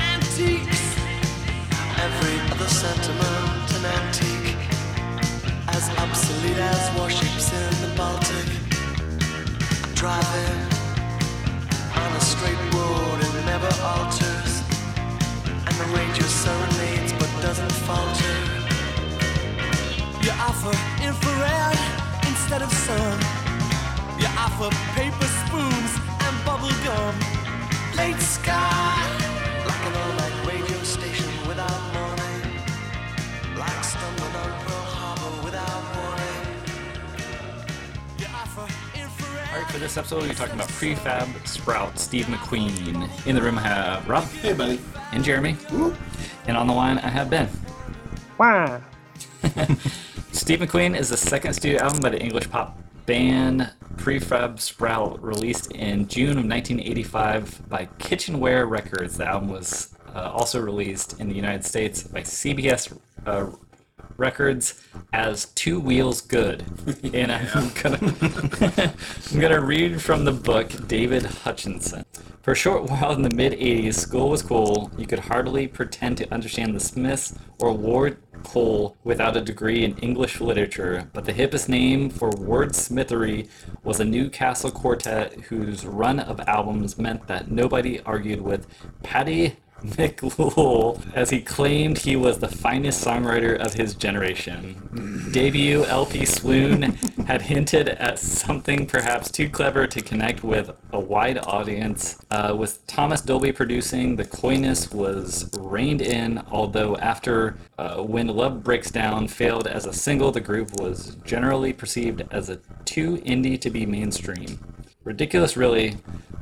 Antiques. Every other sentiment an antique, as obsolete as warships in the Baltic. Driving on a straight road it never alters, and the ranger serenades but doesn't falter. You offer infrared instead of sun. You offer paper spoons and bubble gum late sky. Like an all night radio station without warning. Like stumbling on Pearl Harbor without warning. You offer infrared. All right, for this episode, we're talking about prefab sprout Steve McQueen. In the room, I have Rob Hey, buddy. and Jeremy, and on the line, I have Ben. Why? Steve McQueen is the second studio album by the English pop band Prefab Sprout, released in June of 1985 by Kitchenware Records. The album was uh, also released in the United States by CBS uh, Records as Two Wheels Good. And I'm gonna, I'm gonna read from the book David Hutchinson. For a short while in the mid 80s, school was cool. You could hardly pretend to understand the Smiths or Ward Cole without a degree in English literature, but the hippest name for wordsmithery was a Newcastle quartet whose run of albums meant that nobody argued with Patty McLool, as he claimed he was the finest songwriter of his generation. Debut LP Swoon had hinted at something perhaps too clever to connect with a wide audience. Uh, with Thomas Dolby producing, the coyness was reined in, although after uh, When Love Breaks Down failed as a single, the group was generally perceived as a too indie to be mainstream ridiculous really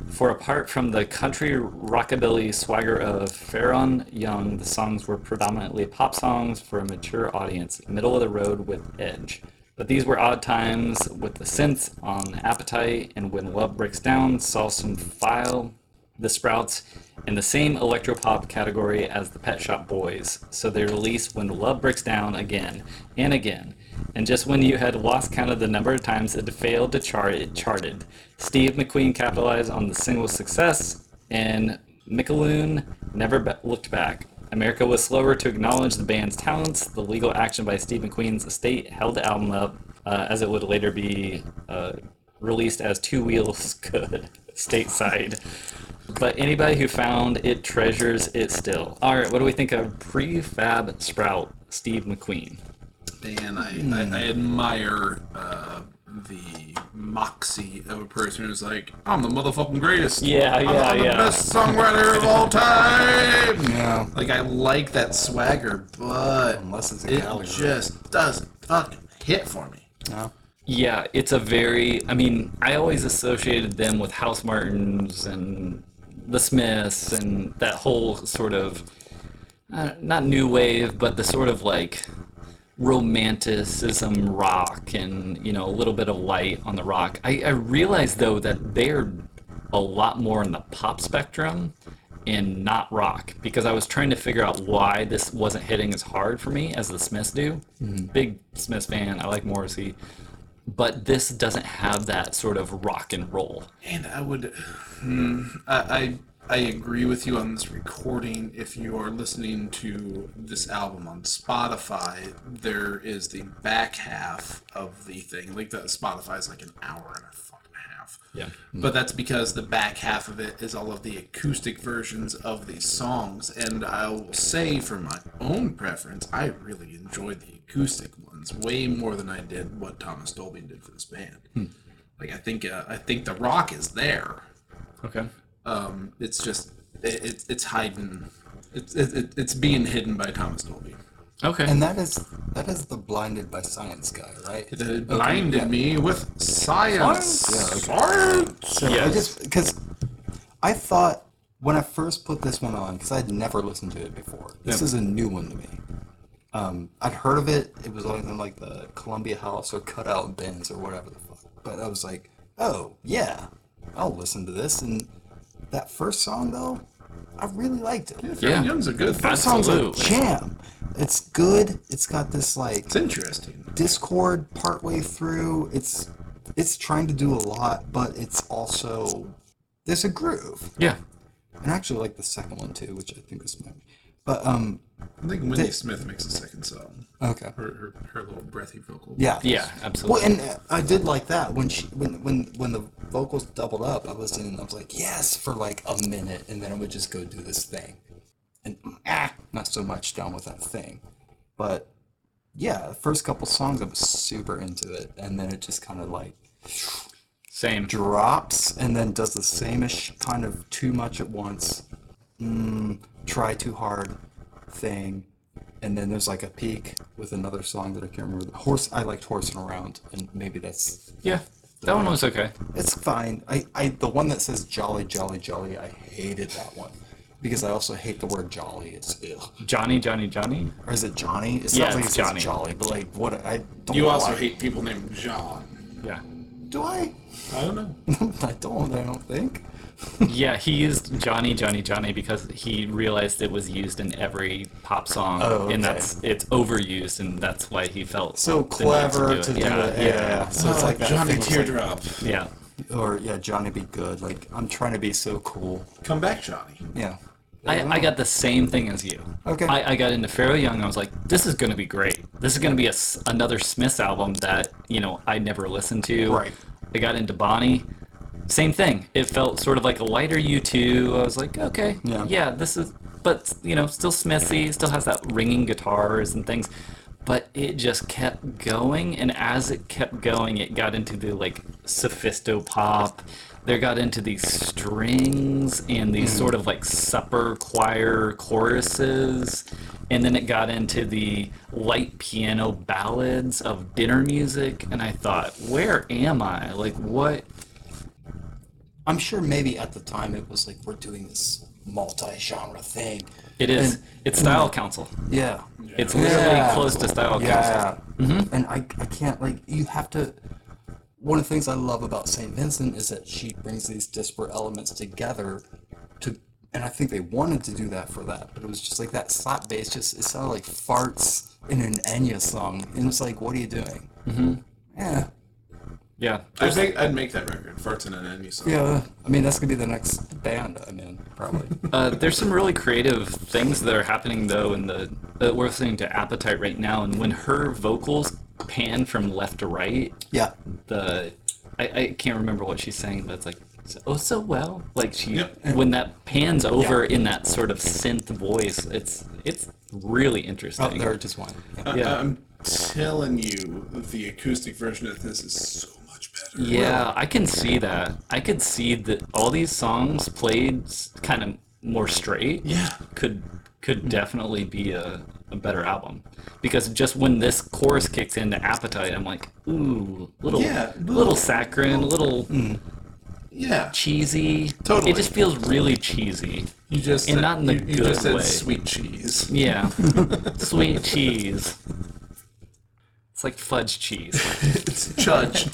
for apart from the country rockabilly swagger of Faron Young, the songs were predominantly pop songs for a mature audience, middle of the road with edge. But these were odd times with the synths on Appetite and When Love Breaks Down saw some file the Sprouts in the same electropop category as the Pet Shop Boys, so they released When Love Breaks Down again and again. And just when you had lost count of the number of times it failed to chart, it charted. Steve McQueen capitalized on the single's success, and Michaloon never ba- looked back. America was slower to acknowledge the band's talents. The legal action by Steve McQueen's estate held the album up, uh, as it would later be uh, released as Two Wheels Good stateside. But anybody who found it treasures it still. All right, what do we think of prefab sprout Steve McQueen? Man, I, Hmm. I, I admire uh, the moxie of a person who's like, I'm the motherfucking greatest. Yeah, I'm, yeah, I'm the yeah. best songwriter of all time. Yeah. Like, I like that swagger, but Unless it's a it Gallagher. just doesn't fucking hit for me. No. Yeah, it's a very. I mean, I always associated them with House Martins and the Smiths and that whole sort of uh, not new wave, but the sort of like romanticism rock and you know a little bit of light on the rock. I, I realize though that they're a lot more in the pop spectrum and not rock because I was trying to figure out why this wasn't hitting as hard for me as the Smiths do. Big Smiths fan. I like Morrissey. But this doesn't have that sort of rock and roll. And I would, hmm, I, I I agree with you on this recording. If you are listening to this album on Spotify, there is the back half of the thing. Like that Spotify is like an hour and a fucking half. Yeah. But that's because the back half of it is all of the acoustic versions of these songs. And I will say, for my own preference, I really enjoyed the acoustic ones way more than I did what Thomas Dolby did for this band. Like I think uh, I think the rock is there. Okay. Um, it's just it, it, it's hiding. It's it, it, it's being hidden by Thomas Dolby. Okay. And that is that is the blinded by science guy, right? It uh, blinded yeah. me with science. Science? Science. So I Yes. just because I thought when I first put this one on, because I'd never listened to it before. This Yeah. is a new one to me. Um, I'd heard of it. It was on like the Columbia House or Cutout Bins or whatever the fuck. But I was like, oh yeah, I'll listen to this. And that first song though, I really liked it. Fred Yeah. Young's a good. That song's a Absolutely. jam. It's good. It's got this like It's interesting. discord partway through it's it's trying to do a lot but it's also there's a groove Yeah. and I actually like the second one too which i think is my but um I think Wendy Th- Smith makes a second song. okay Her, her, her little breathy vocal. yeah Yeah, well absolutely. and uh, i did like that when she when when when the vocals doubled up i was in i was like yes for like a minute and then i would just go do this thing and ah, not so much down with that thing but yeah the first couple songs i was super into it and then it just kind of like Same. drops and then does the sameish kind of too much at once, mm, try too hard thing, and then there's like a peak with another song that I can't remember. Horse, I liked horsing around, and maybe that's Yeah. That one was okay. it's fine. I, I the one that says jolly, jolly, jolly, I hated that one because I also hate the word jolly. It's ugh. Johnny, Johnny, Johnny. or is it Johnny? It sounds Yeah, like it's it says Johnny. jolly, but like what I don't. You know also why. hate people named John. Yeah. Do I? I don't know. I don't. I don't think. Yeah, he used Johnny, Johnny, Johnny because he realized it was used in every pop song, Oh, okay. and that's it's overused, and that's why he felt so the need clever to do, yeah, it. Yeah, Yeah, So it's like that Johnny thing was like- Teardrop. yeah. or yeah, Johnny be good. Like I'm trying to be so cool. Come back, Johnny. Yeah. I, I got the same thing as you. Okay. I, I got into Fairly Young. I was like, this is going to be great. This is going to be a s another Smiths album that, you know, I never listened to. Right. I got into Bonnie. Same thing. It felt sort of like a lighter U2. I was like, okay. Yeah. this is, but, you know, still Smithy, still has that ringing guitars and things. But it just kept going. And as it kept going, it got into the, like, sophisto pop. There got into these strings and these sort of like supper choir choruses. And then it got into the light piano ballads of dinner music. And I thought, where am I? Like, what? I'm sure maybe at the time it was like we're doing this multi-genre thing. It is. And- it's Style Council. Yeah. It's literally Yeah. close to Style Council. Yeah. Mm-hmm. And I, I can't like you have to. One of the things I love about Saint Vincent is that she brings these disparate elements together to. And I think they wanted to do that for that, but it was just like that slap bass. Just it sounded like farts in an Enya song, and it's like, what are you doing? Mm-hmm. Yeah, Yeah. I think I'd make that record. Farts in an Enemy song. Yeah, I mean that's gonna be the next band I'm in, probably. Uh, there's some really creative things that are happening though in the uh, we're listening to Appetite right now, and when her vocals pan from left to right, yeah, the I, I can't remember what she's saying, but it's like so- oh so well, like she Yep. when that pans over in that sort of synth voice, it's it's really oh, interesting. there just one. Yeah. I- Yeah. I'm telling you, the acoustic version of this is so much better. Yeah, I can see that. I could see that all these songs played kind of more straight. Yeah. could could definitely be a, a better album because just when this chorus kicks into appetite i'm like ooh little Yeah, little, saccharine little Yeah. cheesy Totally. it just feels really cheesy You just And said, not in the you, you good just said way. sweet cheese. yeah sweet cheese it's like fudge cheese It's Judge.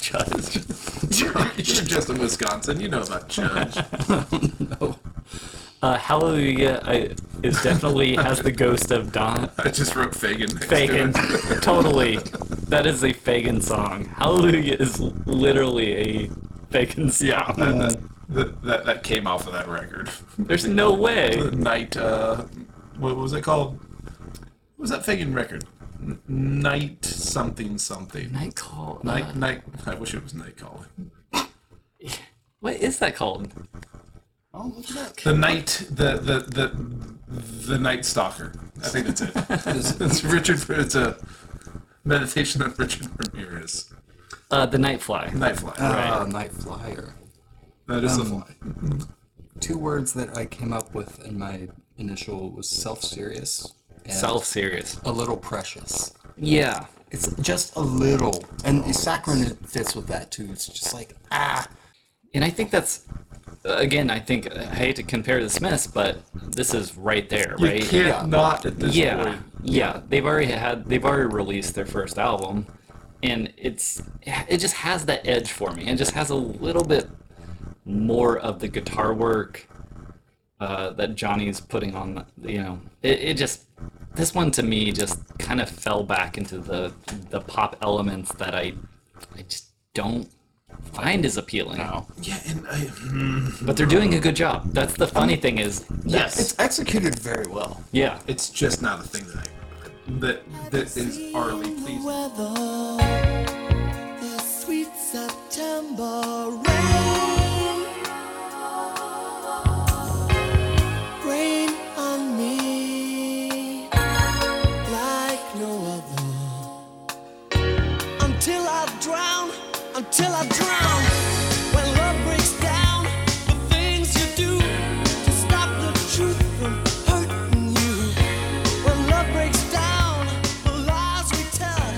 Judge. You're just in Wisconsin. You know about Judge. uh, hallelujah I, is definitely has the ghost of don I just wrote Fagin next Fagin. to it. totally. That is a Fagin song. Hallelujah is literally a Fagin song. That, that, that, that came off of that record. There's no way. The night, uh, what was it called? What was that Fagin record? N- Night something something. Night call. Night, uh, night. I wish it was night calling. what is that called? Oh, look at The night, the the the the night stalker. I think that's it. that. It's Richard. It's a meditation on Richard Ramirez. Uh, the Nightfly. Nightfly. Uh, night flyer. That is the um, fly. Two words that I came up with in my initial was self-serious and Self serious. a little precious. Yeah. It's just a little, and saccharine fits with that too. It's just like ah, And I think that's, again, I think, I hate to compare to the Smiths, but this is right there, You right? can't not at this Yeah. point. yeah, they've already had they've already released their first album, and it's it just has that edge for me. It just has a little bit more of the guitar work uh, that Johnny's putting on. You know, it, it just this one to me just kind of fell back into the the pop elements that I I just don't find as appealing. Yeah, and I, But they're doing a good job. That's the funny thing is yes, It's executed very well. yeah. it's just not a thing that I, that that is utterly pleasing. weather, the sweet September rain. Rain on me like no other. Until I drown, until I drown. When love breaks down, the things you do to stop the truth from hurting you. When love breaks down, the lies we tell,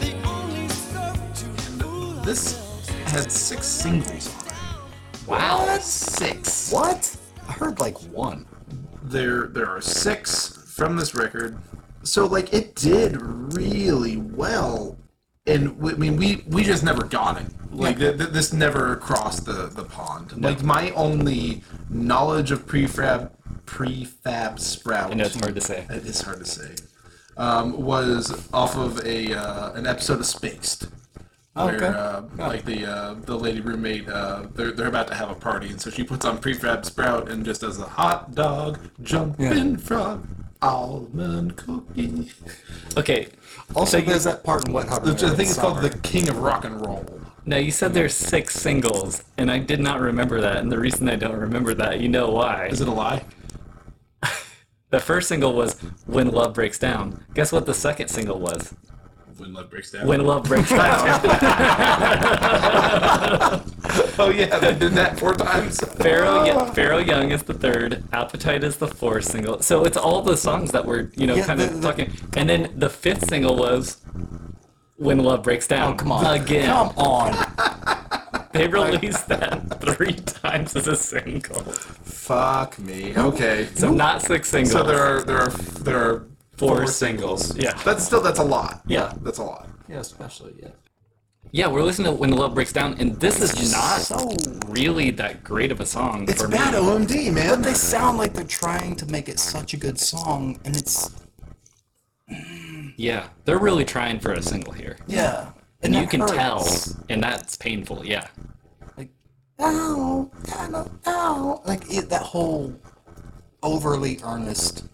they only serve to fool us. This had six singles on it. Wow. Six. What? I heard like one. There, there are six from this record. So like, it did really well, and we, I mean, we we just never got it. Like th- th- this never crossed the the pond. Like my only knowledge of prefab prefab sprout. I know it's hard to say. It is hard to say. Um, was off of a uh, an episode of Spaced. Where, Okay. uh, like the uh, the lady roommate, uh, they're they're about to have a party, and so she puts on prefab sprout and just does a hot dog jumping frog almond cookie. Okay. Also, So you- there's that part in Wet Hot. Which I American think it's called Oh, Summer. the King of Rock and Roll. Now you said there's six singles, and I did not remember that. And the reason I don't remember that, you know why? Is it a lie? The first single was "When Love Breaks Down." Guess what? The second single was When love breaks down. "When Love Breaks Down." oh yeah, they did that four times. Ah, Pharaoh, Ye- Pharaoh Young is the third. Appetite is the fourth single. So it's all the songs that were, you know, Yeah, kind the- of the- talking. And then the fifth single was "When Love Breaks Down." Oh, come on. again. Come on. They released that three times as a single. Fuck me. Okay. So not six singles. So there are there are there are Four singles. Yeah. That's still that's a lot. Yeah. that's a lot. Yeah, especially yeah. Yeah, we're listening to When Love Breaks Down, and this is not really that great of a song It's for bad oh. me. OMD, man. They sound like they're trying to make it such a good song, and it's Yeah, they're really trying for a single here. yeah. And And you that can hurts. tell, and that's painful. Yeah. like ow, kind of ow, like it, that whole overly earnest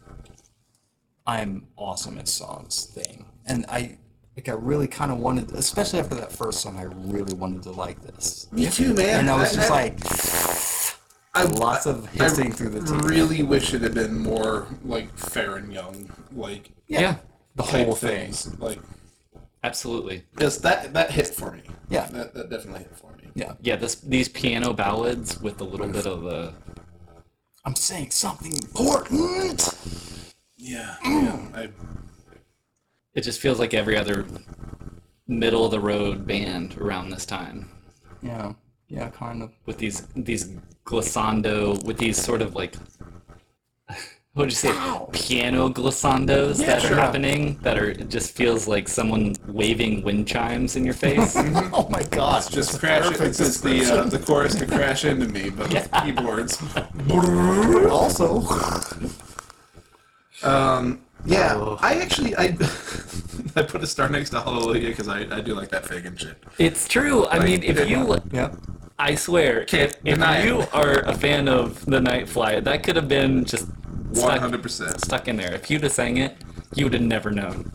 "I'm awesome at songs" thing, and I like I really kind of wanted, especially after that first song, I really wanted to like this, Me too, man. and I was just like I, lots of hissing through the teeth. Really wish it had been more like fair and young, like Yeah. the type whole thing. things. Like Absolutely. because that that hit for me. Yeah. that, that definitely hit for me. Yeah, Yeah, this these piano ballads with a little bit of the I'm saying something important. Yeah, yeah. I, it just feels like every other middle of the road band around this time Yeah, yeah, kind of. with these these glissando with these sort of like what would you say piano glissandos that are sure. happening that are it just feels like someone waving wind chimes in your face Oh my gosh, just crash. It, it's just the uh, the chorus to crash into me, but with keyboards. also. Yeah, I actually I I put a star next to Hallelujah because I, I do like that Fagin shit. it's true i mean if you Yeah. i swear if, if deny it. you are a fan of the night flight that could have been just One stuck, hundred percent. stuck in there if you'd have sang it you would have never known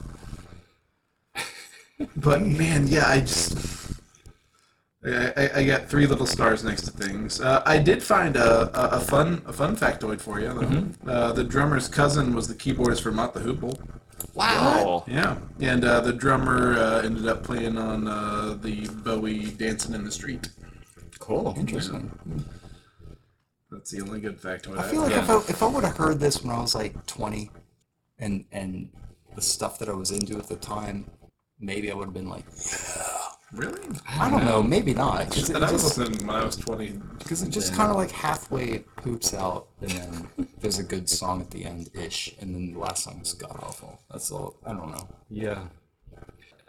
But man, yeah, I just I, I, I got three little stars next to things. Uh, I did find a, a, a fun a fun factoid for you. Though. Uh, the drummer's cousin was the keyboardist for Mott the Hoople. wow Yeah, and uh, the drummer uh, ended up playing on uh, the Bowie "Dancing in the Street." Cool. Interesting. That's the only good factoid. I feel like if I, if I would have heard this when I was like 20 and and the stuff that I was into at the time, maybe I would have been like, yeah, Really? I don't know. Maybe not. Because it That I was just, listening when I was 20. 'cause it just kind of like halfway poops out, and then there's a good song at the end ish, and then the last song is god awful. That's all. I don't know. Yeah.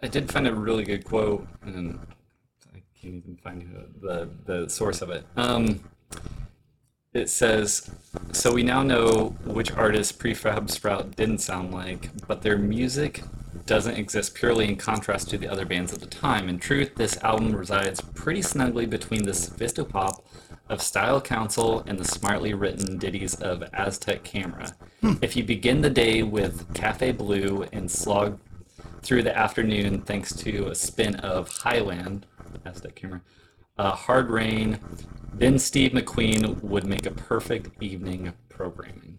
I did find a really good quote, and I can't even find who- the, the source of it. Um, it says So we now know which artists Prefab Sprout didn't sound like, but their music doesn't exist purely in contrast to the other bands of the time. In truth, this album resides pretty snugly between the sophistopop of Style Council and the smartly written ditties of Aztec Camera. If you begin the day with Cafe Blue and slog through the afternoon thanks to a spin of Highland, Aztec Camera, uh, Hard Rain, then Steve McQueen would make a perfect evening programming.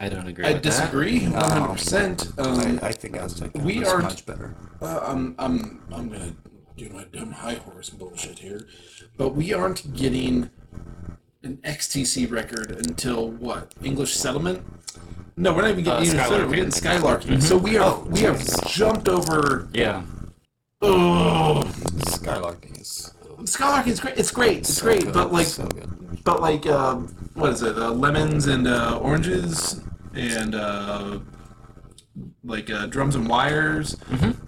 I don't agree I with disagree 100%. Um, I, I think Aztec We we are- are much better. Uh, I'm I'm I'm gonna do my dumb high horse bullshit here, but we aren't getting an XTC record until what English Settlement? No, we're not even getting Uh, English Settlement. Skylark. We're getting Skylarking. So we are we have jumped over. that. Yeah. Oh, Skylarking is Skylarking is great. It's great. It's great. good, But like, so good. but like, um, what is it? Uh, lemons and uh, oranges and uh, like uh, drums and wires.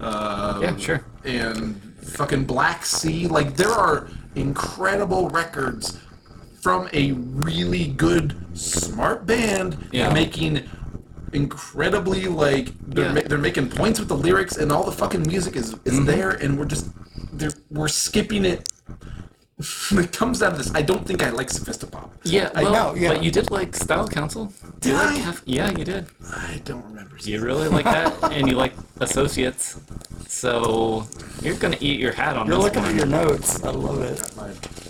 Uh, Yeah, sure. and fucking Black Sea. Like there are incredible records from a really good, smart band Yeah. making incredibly like they're, Yeah. Mm-hmm. ma- they're making points with the lyrics and all the fucking music is, is there and we're just they're, we're skipping it when it comes down to this i don't think i like sophistopop Yeah, well, know, yeah. but you did like Style Council. You Did liked I? Half- yeah, you did. i don't remember You really like that, and you like Associates. So you're gonna eat your hat on this one. notes. I love it. my,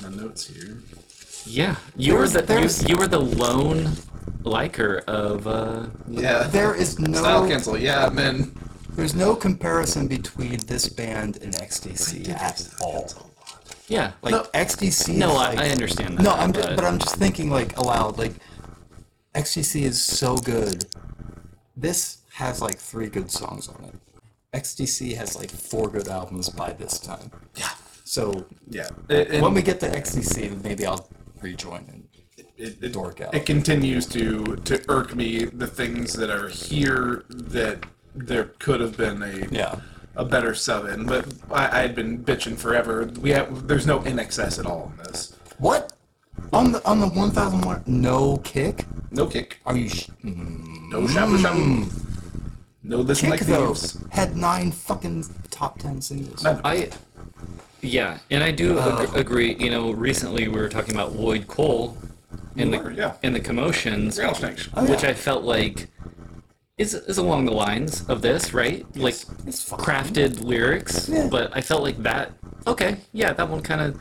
my notes here yeah, you were There's- the there's- you, you were the lone liker of. Uh, yeah There is style no, cancel yeah and then there's no comparison between this band and XTC at all. yeah, Like No. XTC. No, I, is like, I understand that. No, I'm just, but I'm just thinking like aloud. Like XTC is so good. This has like three good songs on it. XTC has like four good albums by this time. yeah So yeah And- and- when we get to XTC, maybe I'll rejoin and it, it, Dork out. it continues to to irk me the things that are here that there could have been a yeah. a better sub in, but I, I had been bitching forever. We have, there's no NXS at all in this. What? On the on the 1000 mark, no kick? No kick, Are you sh- no shabu shabu, no this Mm. kick like though? thieves. Had nine fucking top 10 singles. Not- I, yeah, and I do Uh, ag- agree. You know, recently we were talking about Lloyd Cole and the were, yeah. and the commotions, Rattlesnakes. which yeah. I felt like is is along the lines of this, right? Like It's fine. crafted lyrics, Yeah. but I felt like that. Okay, yeah, that one kind of.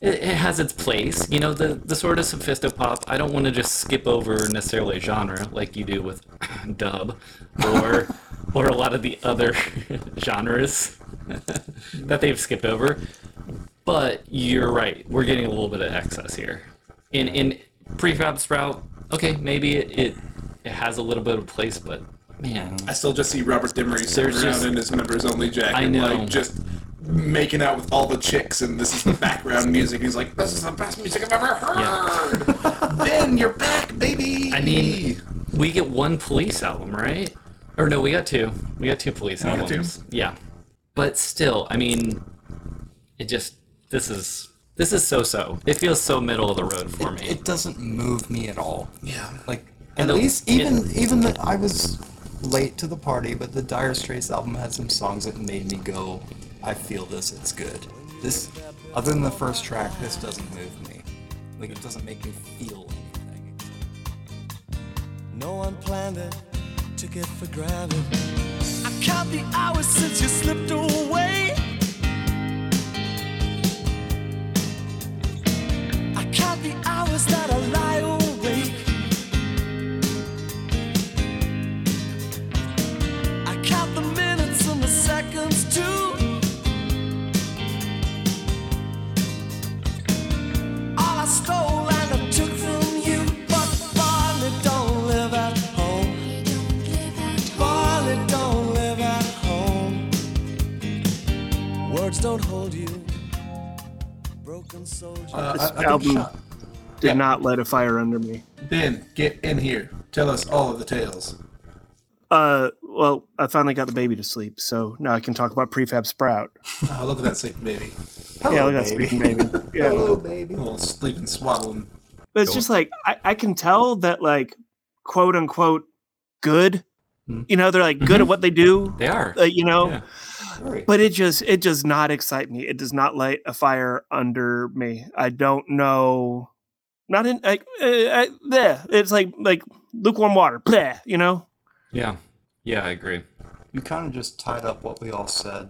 It, it has its place, you know. The the sort of sophistopop. I don't want to just skip over necessarily a genre like you do with dub, or or a lot of the other genres that they've skipped over. But you're right. We're getting a little bit of excess here. In in prefab sprout. Okay, maybe it it, it has a little bit of place, but man, I still just see Robert Dimery sitting There's around just- in his members only jacket, I know. like just making out with all the chicks, and this is the background music. He's like, "This is the best music I've ever heard." ben, you're back, baby. I mean, we get one police album, right? Or no, we got two. We got two police got two? albums. Yeah, but still, I mean, it just this is this is so so. It feels so middle of the road for me. It doesn't move me at all. yeah, Like And at the- least it- even even that I was late to the party, but the Dire Straits album had some songs that made me go, I feel this, it's good. This other than the first track, this doesn't move me. Like it doesn't make me feel anything. No one planned it, took it for granted. I count the hours since you slipped away. I count the hours that I lie awake. I count the minutes and the seconds too. All I stole and I took from you, but Barney don't live at home. Barney don't live at home. words don't hold you. Broken soldier. Uh, This I- I've been album shot. did Yeah. not light a fire under me. Ben, get in here. Tell us all of the tales. Uh, well, I finally got the baby to sleep, so now I can talk about prefab sprout. Oh, look at that sleeping baby. yeah, Hello, look at that baby. sleeping baby. Yeah, Hello, baby. Little sleeping swaddling. but it's just like I, I can tell that like quote unquote good. Mhm. You know, they're like good at what they do. They are. Uh, you know, Yeah. Great. but it just it does not excite me it does not light a fire under me i don't know not in like uh, I, bleh. it's like like lukewarm water bleh, you know Yeah. Yeah, I agree. You kind of just tied up what we all said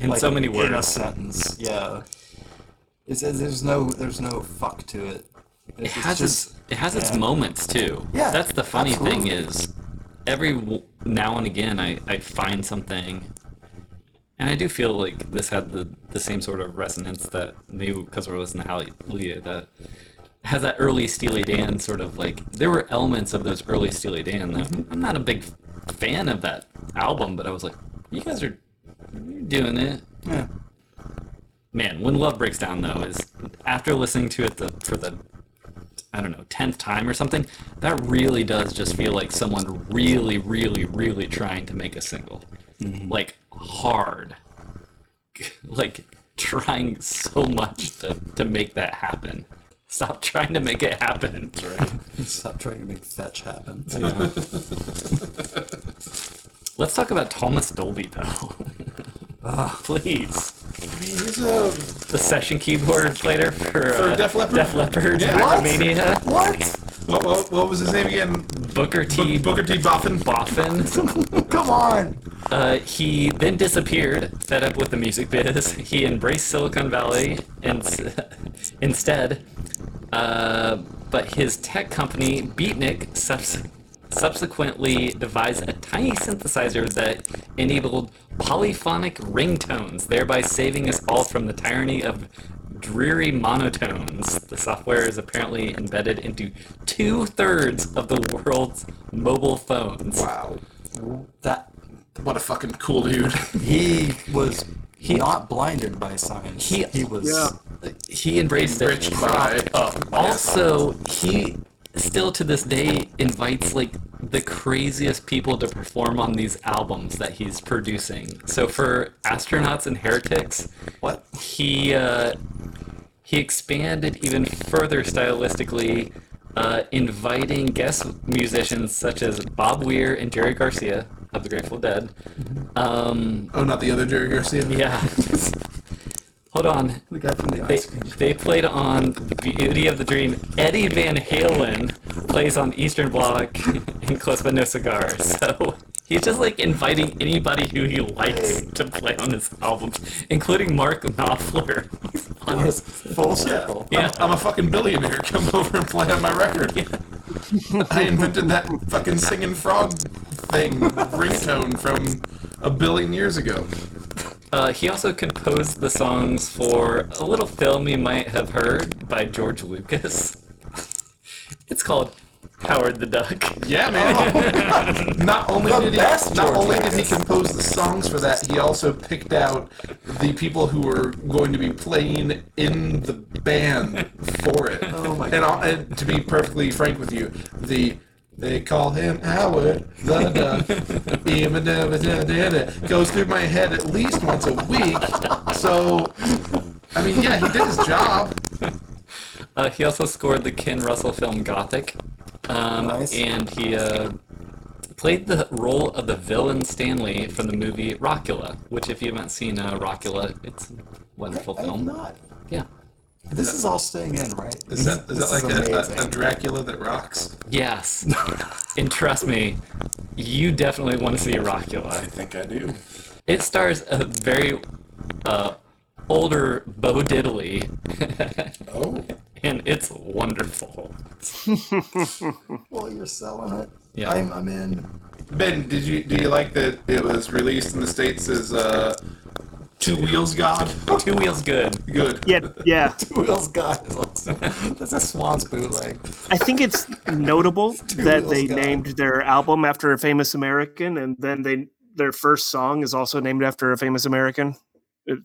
in like, so many in a words. sentence. Yeah, it's, it's- there's no there's no fuck to it. It It's has its, it has its yeah. moments too. Yeah, That's the funny thing absolutely. is, every w- now and again I, I find something, and I do feel like this had the, the same sort of resonance that maybe because we're listening to Hallelujah that has that early Steely Dan sort of like there were elements of those early Steely Dan. That Mm-hmm. I'm not a big fan of that album, but I was like, you guys are you're doing it. yeah. Man, when love breaks down though is after listening to it the, for the I don't know tenth time or something, that really does just feel like someone really, really, really trying to make a single, Mm-hmm. like hard, like trying so much to to make that happen. Stop trying to make it happen. Stop trying to make fetch happen. Let's talk about Thomas Dolby though, please. I mean, he's a The session keyboard player for, for uh, Def Leppard. Def Leppard, Yeah. Romania, What? what? What? What was his name again? Booker T. Booker T. Boffin. Boffin. Come on. Uh, he then disappeared, fed up with the music biz. He embraced Silicon Valley and s- instead. Uh, but his tech company, Beatnik, subs- subsequently devised a tiny synthesizer that enabled polyphonic ringtones, thereby saving us all from the tyranny of dreary monotones. The software is apparently embedded into two thirds of the world's mobile phones. Wow. That What a fucking cool dude. he was not blinded by science. He- was. he embraced it. Rich by. up. Also, he still to this day invites like the craziest people to perform on these albums that he's producing. So for astronauts and heretics, What? he uh, he expanded even further stylistically, uh, inviting guest musicians such as Bob Weir and Jerry Garcia of the Grateful Dead. Um, Oh, not the other Jerry Garcia. yeah. Hold on. The guy from the They, ice cream. they played on The Beauty of the Dream. Eddie Van Halen plays on Eastern Bloc and Close But No Cigar. So he's just like inviting anybody who he likes to play on his albums, including Mark Knopfler. on his- Full circle. yeah. I'm a fucking billionaire. Come over and play on my record. I invented that fucking singing frog thing ringtone from a billion years ago. Uh, he also composed the songs for a little film you might have heard by George Lucas. It's called Howard the Duck. Yeah, man. not only did he Oh. best not George only did he compose the songs for that, he also picked out the people who were going to be playing in the band for it. Oh my and, I'll, and to be perfectly frank with you, the they call him Howard the Duck. Eem-a-dum-a-dum-a-dum. Goes through my head at least once a week. So, I mean, yeah, he did his job. Uh, he also scored the Ken Russell film Gothic, um, Nice. and he uh, played the role of the villain Stanley from the movie Rockula. Which, if you haven't seen uh, Rockula, it's a wonderful I am film. not. Yeah, This is all staying in, right? Is that is that This like a- amazing. a, a Dracula that rocks? yes, and trust me, you definitely want to see Rockula. think I do. It stars a very uh, older Bo Diddley, Oh. and it's wonderful. Well, you're selling it. Yeah. I'm, I'm in. Ben, did you do you like that it was released in the states as uh, Two Wheels God? Two Wheels Good. Good. yeah yeah Will's God is awesome. That's a Swans bootleg. i think it's notable that Wheels they Guy. named their album after a famous american and then they their first song is also named after a famous american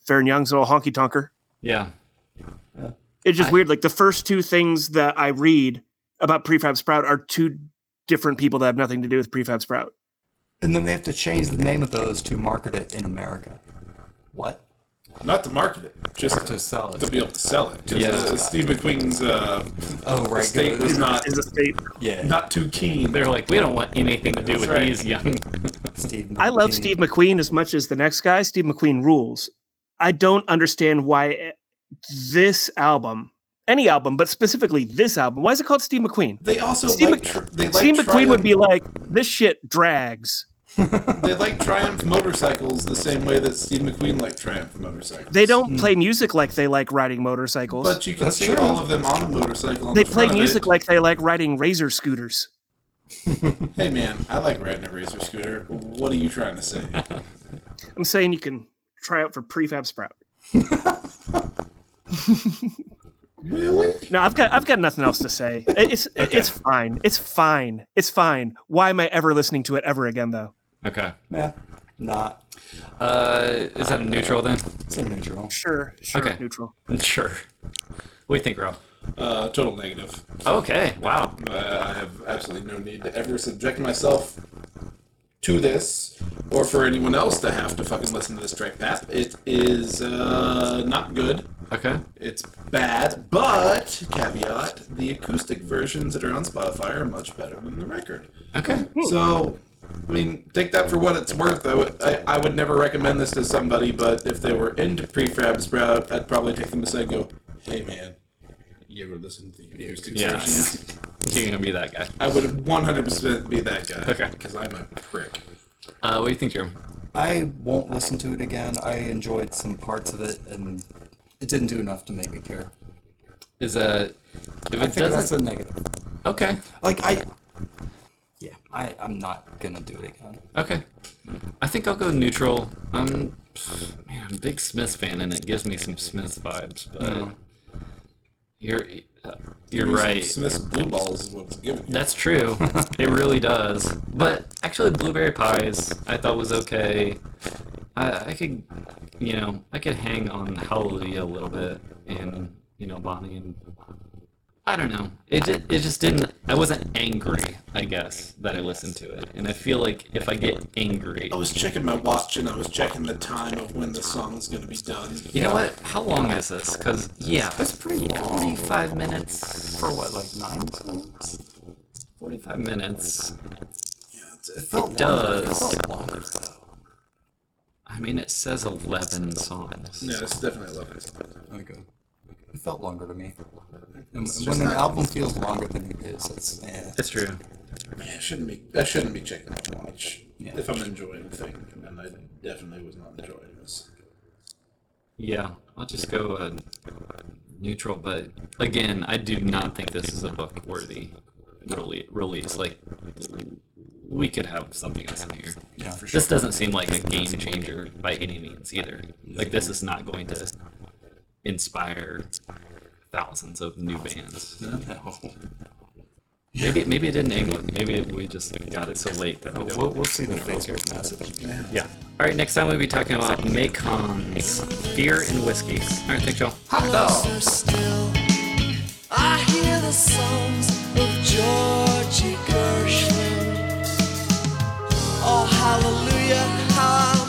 Fair and Young's a little honky tonker. Yeah. It's just I- weird. Like the first two things that I read about Prefab Sprout are two different people that have nothing to do with Prefab Sprout. And then they have to change the name of those to market it in America. What? Not to market it, just To sell it. to be able to sell it. 'Cause, Yeah. uh, Steve McQueen's uh, Oh, right. state good. was not Is a state. Yeah. not too keen. They're like, we don't want anything to do with right. these young. Steve I love McQueen. Steve McQueen as much as the next guy. Steve McQueen rules. I don't understand why eh, this album, any album, but specifically this album, why is it called Steve McQueen? They also Steve like Mc- tr- they like Steve McQueen would Triumph- be like, this shit drags. They like Triumph motorcycles the same way that Steve McQueen liked Triumph motorcycles. They don't play music like they like riding motorcycles. But you can That's see true. all of them on a motorcycle. On they the play front of music it. like they like riding razor scooters. Hey man, I like riding a razor scooter. What are you trying to say? I'm saying you can try out for prefab sprout. No, I've got I've got nothing else to say. It- It's it's fine. It's fine. It's fine. Why am I ever listening to it ever again though? Okay. Yeah. Not. Uh, is that a neutral then? It's a neutral. Sure, sure, Okay. neutral. Sure. What do you think, Rob? Uh, total negative. Okay. Wow. Uh, I have absolutely no need to ever subject myself to this, or for anyone else to have to fucking listen to this track path. It is uh, not good. Okay. It's bad, but caveat: the acoustic versions that are on Spotify are much better than the record. Okay. So, I mean, take that for what it's worth. I would, I, I would never recommend this to somebody, but if they were into prefab sprout, I'd probably take them aside and go, "Hey, man, you ever listen to the acoustic Yeah. versions?" You're gonna be that guy. I would 100% be that guy. Okay. Because I'm a prick. Uh, what do you think, Jeremy? I won't listen to it again. I enjoyed some parts of it, and it didn't do enough to make me care. Is a if I it think that's doesn't a negative. okay Like I. Yeah, I, I'm not gonna do it again. okay. I think I'll go neutral. I'm man, I'm a big Smith fan, and it gives me some Smith vibes. But Hmm. you're uh, you're right. Smith's Blue Balls is what it's giving you. That's true. it really does. But actually, blueberry pies I thought was okay. I, I could, you know, I could hang on Hallelujah a little bit, and you know, Bonnie and I don't know. It just, it just didn't. I wasn't angry. I guess that I listened to it, and I feel like if I get angry, I was checking my watch and I was checking the time of when the song's going to be done. you know what? How long is this? Because yeah, That's pretty long. forty-five minutes For what, like nine songs? Forty-five minutes. It felt Does Longer though. I mean it says eleven songs? Yeah, it's definitely love it. Okay. It felt longer to me. And when an album feels longer than it is, it's eh. That's true. Man, I shouldn't be, I shouldn't be checking my watch Yeah. if I'm enjoying a thing. And I definitely was not enjoying this. Yeah, I'll just go uh, neutral. But again, I do not think this is a book worthy rele- release. Like, we could have something else in here. Yeah, for sure. This doesn't seem like a game changer by any means either. Like, this is not going to inspire thousands of new bands. Maybe maybe it didn't in England. Maybe we just got it so late that we We'll, don't. we'll see the figure message. Yeah. All right, next time we'll be talking about Macon's Beer and Whiskey. All right, thanks, y'all. closer still. I hear the songs of Georgie Gershwin. Oh, hallelujah, how I